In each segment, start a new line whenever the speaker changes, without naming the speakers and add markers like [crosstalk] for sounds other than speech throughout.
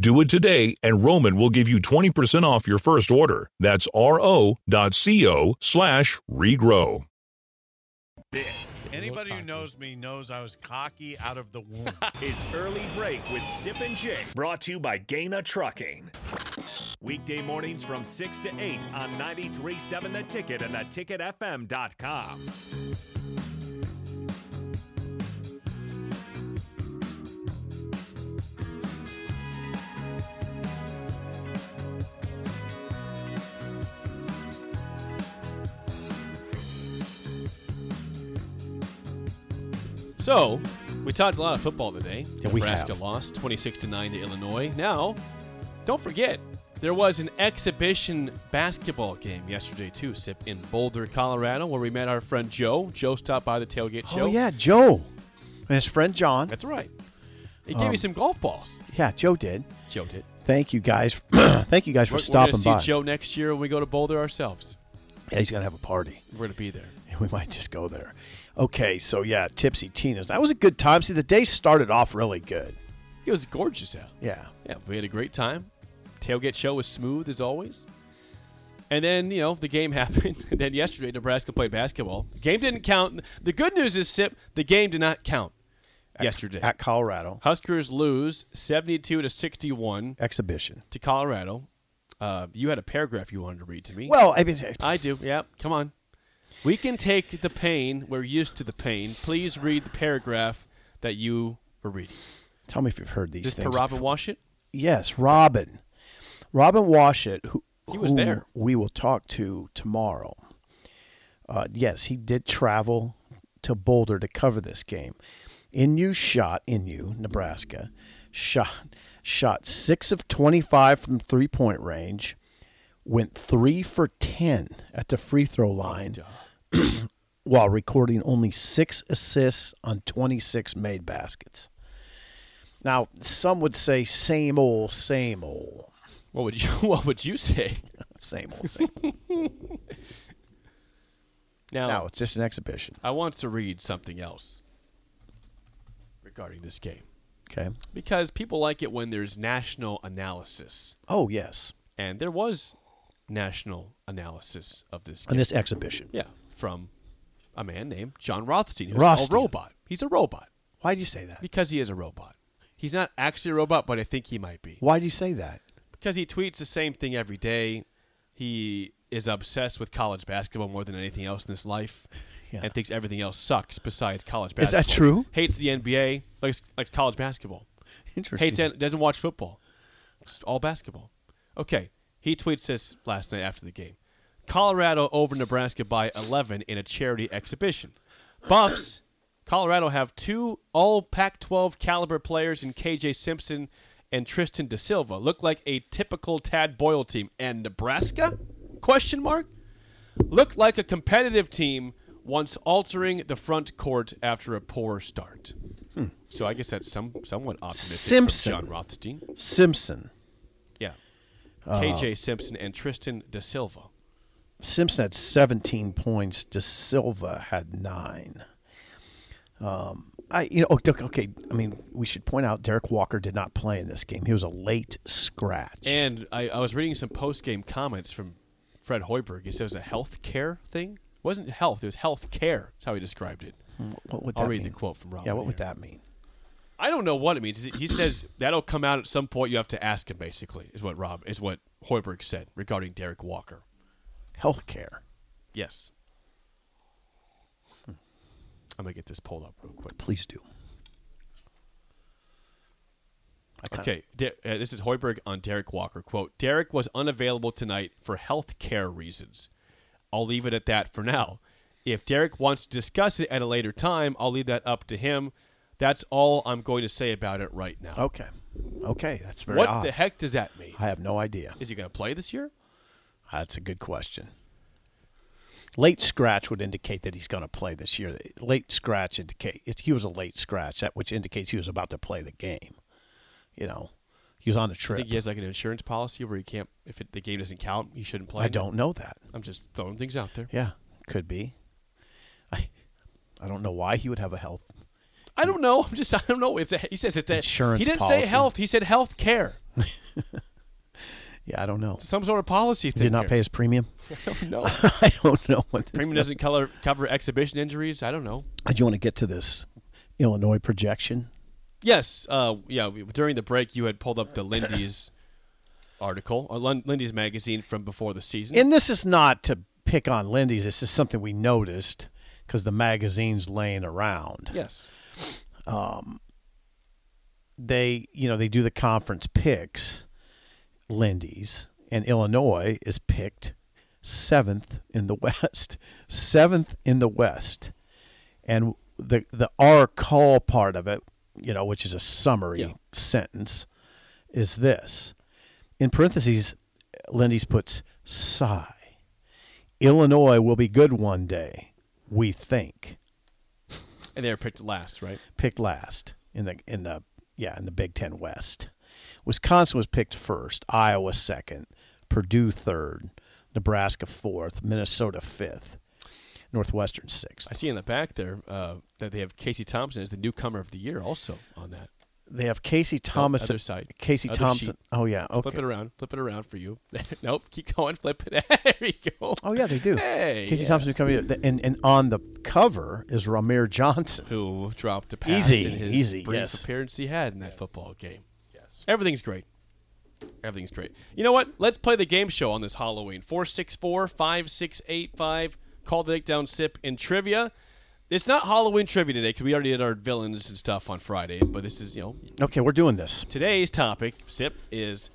Do it today, and Roman will give you 20% off your first order. That's ro.co slash regrow.
This. Anybody who knows me knows I was cocky out of the
[laughs]
womb.
Oh,
His early break with Sip and Jake.
Brought to you by Gaina Trucking.
Weekday mornings from 6 to 8 on 93.7 The Ticket and theticketfm.com.
So, we talked a lot of football today.
Yeah, we
Nebraska
have.
lost 26 to 9 to Illinois. Now, don't forget, there was an exhibition basketball game yesterday too, Sip in Boulder, Colorado, where we met our friend Joe. Joe stopped by the tailgate show.
Oh yeah, Joe and his friend John.
That's right. He gave me some golf balls.
Yeah, Um, Joe did.
Joe did.
Thank you guys. [clears throat] Thank you guys for
We're, we're
stopping
gonna see
by.
Joe next year when we go to Boulder ourselves.
Yeah, he's gonna have a party. [laughs]
We're gonna be there.
We might just go there. Okay, so yeah, Tipsy Tina's. That was a good time. See, the day started off really good.
It was gorgeous out.
Yeah.
Yeah, we had a great time. Tailgate show was smooth as always. And then, you know, the game [laughs] happened. And then yesterday, Nebraska played basketball. The game didn't count. The good news is, Sip, the game did not count yesterday.
At Colorado
Huskers lose 72 to 61
exhibition.
to Colorado. Uh, you had a paragraph you wanted to read to me.
Well, I mean,
I do. Yep. Come on. We can take the pain. We're used to the pain. Please read the paragraph that you were reading.
tell me if you've heard these
Just
things.
Parappa wash it?
Yes, Robin. Robin Washit, who
He was
who
there.
we will talk to tomorrow. Uh, yes, he did travel to Boulder to cover this game. Inu shot Inu, Nebraska, shot shot six of twenty five from three point range, went three for ten at the free throw line, [clears throat] while recording only six assists on twenty six made baskets. Now, some would say same old, same old,
What would you [laughs] What would you say?
same old, [laughs] same old.
Now,
now it's just an exhibition.
I want to read something else regarding this game
Okay.
because people like it when there's national analysis,
Oh yes,
and there was national analysis of this
on
game.
this exhibition.
yeah, from a man named John Rothstein, who's
Rothstein.
a robot. He's a robot
Why do you say that?
because he is a robot. He's not actually a robot, but I think he might be
Why do you say that?
because he tweets the same thing every day. He is obsessed with college basketball more than anything else in his life,
[laughs] Yeah.
and thinks everything else sucks besides college
Is
basketball.
that true?
Hates the NBA, likes likes college basketball.
Interesting.
Hates and doesn't watch football. It's all basketball. Okay, he tweets this last night after the game: Colorado over Nebraska by 11 in a charity exhibition. Buffs. Colorado have two all Pac-12 caliber players in KJ Simpson and Tristan De Silva. Look like a typical Tad Boyle team. And Nebraska? Question mark. Looked like a competitive team once altering the front court after a poor start. So I guess that's some somewhat optimistic
Simpson.
from John Rothstein.
Simpson.
Yeah. KJ Simpson and Tristan Da Silva.
Simpson had 17 points. De Silva had nine. Um, I you know okay, okay. I mean, we should point out Derek Walker did not play in this game. He was a late scratch.
And I, I was reading some post game comments from Fred Hoiberg. He said it was a health care thing. It wasn't health, it was health care. That's how he described it.
what would that
I'll read
mean?
the quote from Rob.
Yeah, what would that mean?
I don't know what it means. He says that'll come out at some point. You have to ask him, basically, is what Rob is what Hoiberg said regarding Derek Walker.
Healthcare.
Yes. Hmm. I'm gonna get this pulled up real quick.
Please do. I kinda-
Okay, Der- uh, this is Hoiberg on Derek Walker. Quote, Derek was unavailable tonight for health care reasons. I'll leave it at that for now. If Derek wants to discuss it at a later time, I'll leave that up to him. That's all I'm going to say about it right now.
Okay. Okay. That's Oh, very
what
odd.
the heck does that mean?
I have no idea.
Is he going to play this year?
That's a good question. Late scratch would indicate that he's going to play this year. Late scratch indicate it, he was a late scratch, that which indicates he was about to play the game. You know, he was on the
I
trip.
think he has like an insurance policy where he can't. If it, the game doesn't count, he shouldn't play.
I don't know that.
I'm just throwing things out there.
Yeah, could be. I, I don't know why he would have a health.
I don't know. [laughs] I'm just. I don't know. It's a, he says it's a,
Insurance
He didn't
policy.
say health. He said health care.
Yeah, I don't know.
Some sort of policy.
Did he not pay his premium? [laughs]
[laughs] No.
I don't know what. This
Premium doesn't color, cover exhibition injuries. I don't know.
Do you want to get to this Illinois projection?
Yes. Uh, yeah. we- During the break, you had pulled up
[laughs]
the Lindy's article, or Lin- Lindy's magazine from before the season.
And this is not to pick on Lindy's. This is something we noticed because the magazine's laying around.
yes.
They, you know, they do the conference picks, Lindy's, and Illinois is picked seventh in the [laughs] West. seventh in the West. And the the our call part of it, you know, which is a summary
Yeah.
sentence, is this. In parentheses, Lindy's puts sigh. Illinois will be good one day, we think.
And they were picked last, right?
picked last in the in the yeah in the Big Ten West. Wisconsin was picked first, Iowa second, Purdue third, Nebraska fourth, Minnesota fifth, Northwestern sixth.
I see in the back there uh, that they have Casey Thompson as the newcomer of the year, also on that.
They have Casey Thomas.
Oh, other side.
Casey
Other
Thompson.
sheet.
Oh yeah.
Flip
Okay.
it around. Flip it around for you. [laughs] nope. Keep going. Flip it. [laughs] there we go.
Oh yeah, they do.
Hey,
Casey
yeah.
Thompson coming in, and and on the cover is Ramir Johnson.
Who dropped a pass
Easy,
in his
easy,
brief
yes.
appearance he had in that football game? Yes. Everything's great. Everything's great. You know what? Let's play the game show on this Halloween. 464-5685. Call the Dick Down Sip in trivia. It's not Halloween trivia today because we already did our villains and stuff on Friday, but this is, you know,
Okay, we're doing this.
today's topic, Sip, is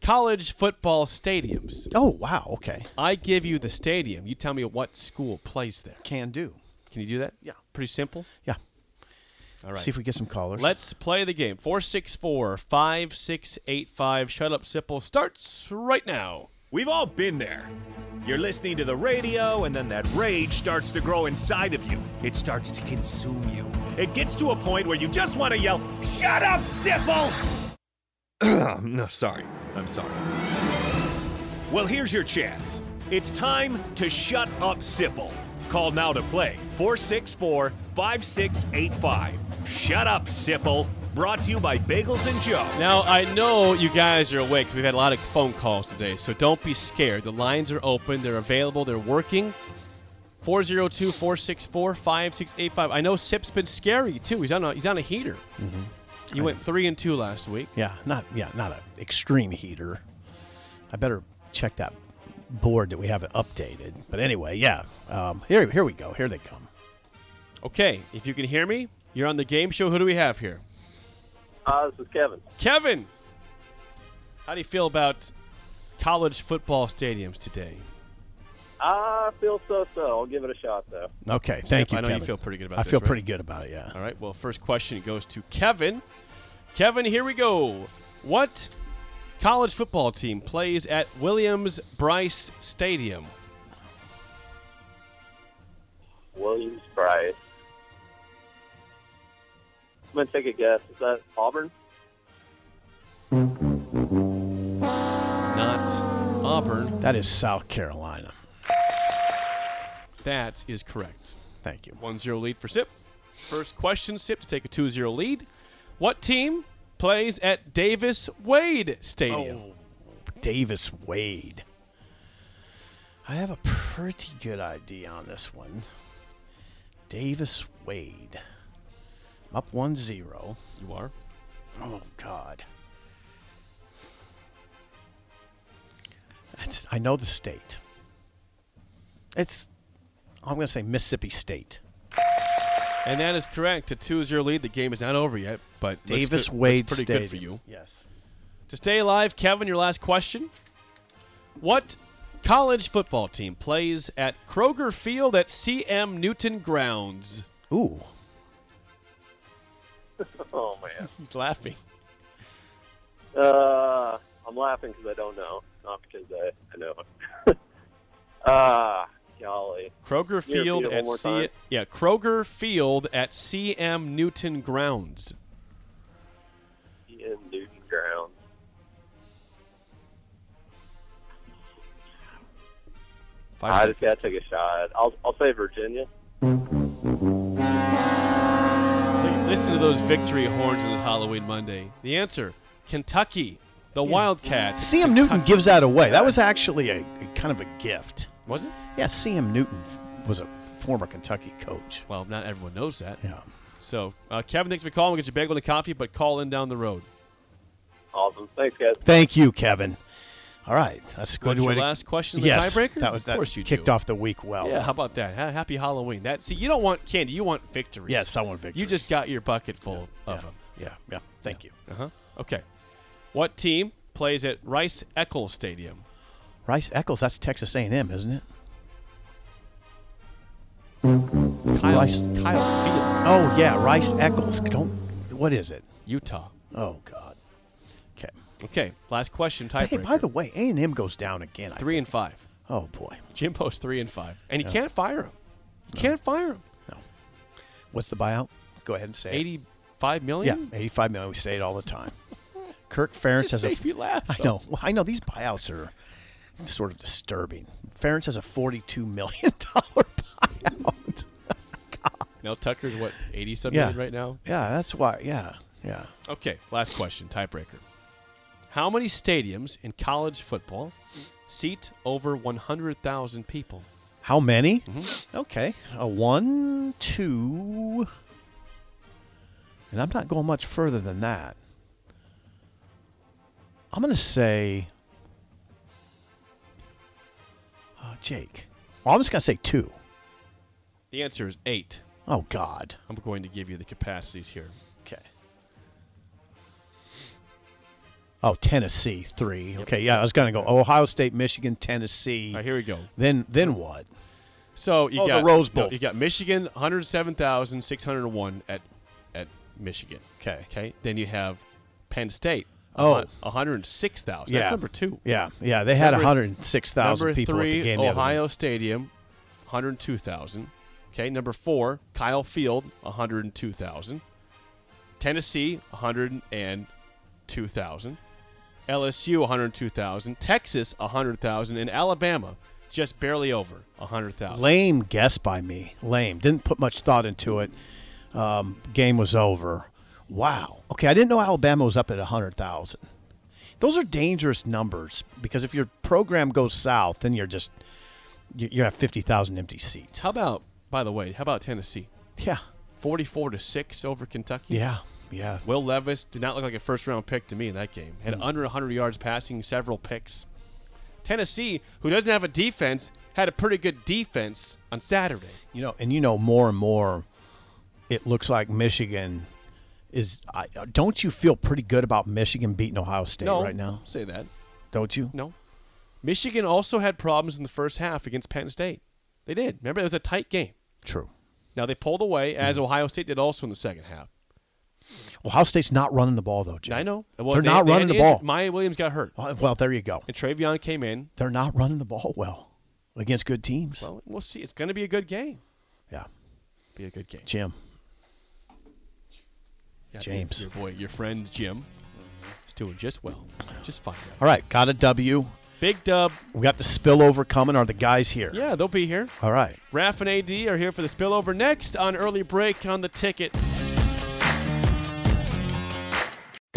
college football stadiums.
Oh wow. Okay.
I give you the stadium. You tell me what school plays there.
Can do.
Can you do that?
Yeah.
Pretty simple.
Yeah.
All right.
See if we get some callers.
Let's play the game. 464 5685. Shut up, Sipple starts right now.
We've all been there. You're listening to the radio, and then that rage starts to grow inside of you. It starts to consume you. It gets to a point where you just want to yell, Shut up, Sipple! [clears throat] no, sorry. I'm sorry. Well, here's your chance. It's time to shut up, Sipple. Call now to play 464 5685. Shut up, Sipple. Brought to you by Bagels and Joe.
Now, I know you guys are awake 'cause we've had a lot of phone calls today, so don't be scared. The lines are open, they're available, they're working. 402 464 5685. I know Sip's been scary, too. He's on a, he's on a heater. You went 3 and 2 last week.
Yeah, not yeah, not an extreme heater. I better check that board that we haven't updated. But anyway, yeah. Um, here here we go. Here they come.
Okay, if you can hear me, you're on the game show. Who do we have here?
Hi, Uh, this is Kevin.
Kevin, how do you feel about college football stadiums today?
I feel so so. I'll give it a shot though.
Okay, thank
Sip,
you.
I know you
Kevin.
feel pretty good about
I
this,
feel
right?
pretty good about it. Yeah.
All right, well, first question goes to Kevin. Kevin, here we go. What college football team plays at Williams Bryce Stadium?
Williams Bryce. I'm gonna take a guess. Is that Auburn?
Not Auburn.
That is South Carolina.
That is correct.
Thank you.
1 0 lead for Sip. First question, Sip, to take a 2 0 lead. What team plays at Davis Wade Stadium?
Oh. Davis Wade. I have a pretty good idea on this one. Davis Wade. I'm up 1 0.
You are.
Oh God. That's, I know the state. It's I'm going to say Mississippi State.
And that is correct. A 2 0 lead. The game is not over yet, but looks
Davis
good- looks
Wade
pretty
Stadium.
good for you.
Yes.
To stay alive, Kevin, your last question. What college football team plays at Kroger Field at CM Newton Grounds?
Ooh.
Oh man,
He's laughing.
uh, I'm laughing because I don't know, not because I, I know. it. [laughs] Ah, golly.
Kroger
Can you repeat
Field
it one
at
more
C-
time?
yeah, Kroger Field at CM Newton Grounds.
in Newton Grounds.
Five
I
seconds.
just gotta take a shot. I'll I'll say Virginia.
Li- Listen to those victory horns on this Halloween Monday. The answer: Kentucky, the Wildcats.
CM Newton gives that away. That was actually a, a kind of a gift.
was it?
Yeah, CM Newton f- was a former Kentucky coach.
Well, not everyone knows that.
Yeah.
So, uh, Kevin, thanks for calling. We'll get you a bagel and a coffee, but call in down the road.
Awesome. Thanks, guys.
Thank you, Kevin. All right, that's a
Good
good way
your
to
last question, the
yes,
tiebreaker.
That was that
of course you
kicked
do.
off the week well.
Yeah, how about that? Ha- Happy Halloween. That see, you don't want candy, you want victories.
Yes, I want
You
victories.
just got your bucket full
yeah,
of them.
yeah, yeah. Thank you.
Uh huh. Okay. What team plays at Rice Eccles Stadium?
Rice Eccles, that's Texas A&M, isn't it?
Kyle,
Rice-
Kyle Field,
Oh yeah, Rice Eccles. Don't. What is it?
Utah.
Oh God. Okay.
Okay. Last question. Tiebreaker.
Hey, by the way, A&M goes down again. I-
three and five.
Oh boy.
Jimbo's three and five, and he can't fire him. You can't fire him.
What's the buyout? Go ahead and say. it.
Eighty-five
Yeah,
million.
eighty-five million. We say it all the time. Kirk Ferentz
Just
has a.
makes me laugh,
I
though.
know. Well, I know these buyouts are sort of disturbing. Ferentz has a forty-two million [laughs] dollar buyout.
Now Tucker's what eighty something
Yeah.
right now.
Yeah, that's why. Yeah, yeah.
Okay, last question, tiebreaker. How many stadiums in college football seat over 100,000 people?
How many? Okay, a one, two, and I'm not going much further than that. I'm going to say, uh, Jake. Well, I'm just going to say two.
The answer is eight.
Oh God.
I'm going to give you the capacities here.
Okay. Oh, Tennessee three. Okay, yeah, I was gonna go Ohio State, Michigan, Tennessee.
All right, here we go.
Then, then what?
So you
Oh, the
got
Rose Bowl.
You got Michigan, 107,601 at at Michigan.
'Kay.
Okay. Then you have Penn State.
Oh.
a hun- 106,000.
Yeah,
That's number two.
Yeah, yeah, they had
Number-
one hundred six
Number
thousand people
three,
at the game. the other
Ohio
night.
Stadium, 102,000. Okay, number four, Kyle Field, 102,000. Tennessee, 102,000. LSU, 102,000. Texas, 100,000. And Alabama, just barely over 100,000.
Lame guess by me. Lame. Didn't put much thought into it. Um, game was over. Wow. Okay, I didn't know Alabama was up at hundred thousand. Those are dangerous numbers because if your program goes south, then you're just you, you have fifty thousand empty seats.
How about, by the way, how about Tennessee?
Yeah.
44 to 6 over Kentucky?
Yeah, yeah.
Will Levis did not look like a first round pick to me in that game.
Hmm.
Had under 100 yards passing, several picks. Tennessee, who doesn't have a defense, had a pretty good defense on Saturday.
You know, and you know more and more, it looks like Michigan is. I, don't you feel pretty good about Michigan beating Ohio State
no,
right now?
say that.
Don't you?
No. Michigan also had problems in the first half against Penn State. They did. Remember, it was a tight game.
True.
Now they pulled away, as Ohio State did also in the second half.
Ohio State's not running the ball though, Jay.
I know. Well,
They're
they-
not
they
running
had
the ball.
injury- Maya Williams got hurt,
Well, well, there you go.
and Travion came in.
They're not running the ball well against good teams.
Well, we'll see. It's going to be a good game.
yeah,
Be a good game.
Jim.
Yeah,
James.
Your boy, your friend Jim, is doing just well. Just fine. right?
All right, got a W.
Big Dub.
We got the spillover coming. Are the guys here?
Yeah, they'll be here.
All right.
Raph and AD are here for the spillover next on early break on the ticket.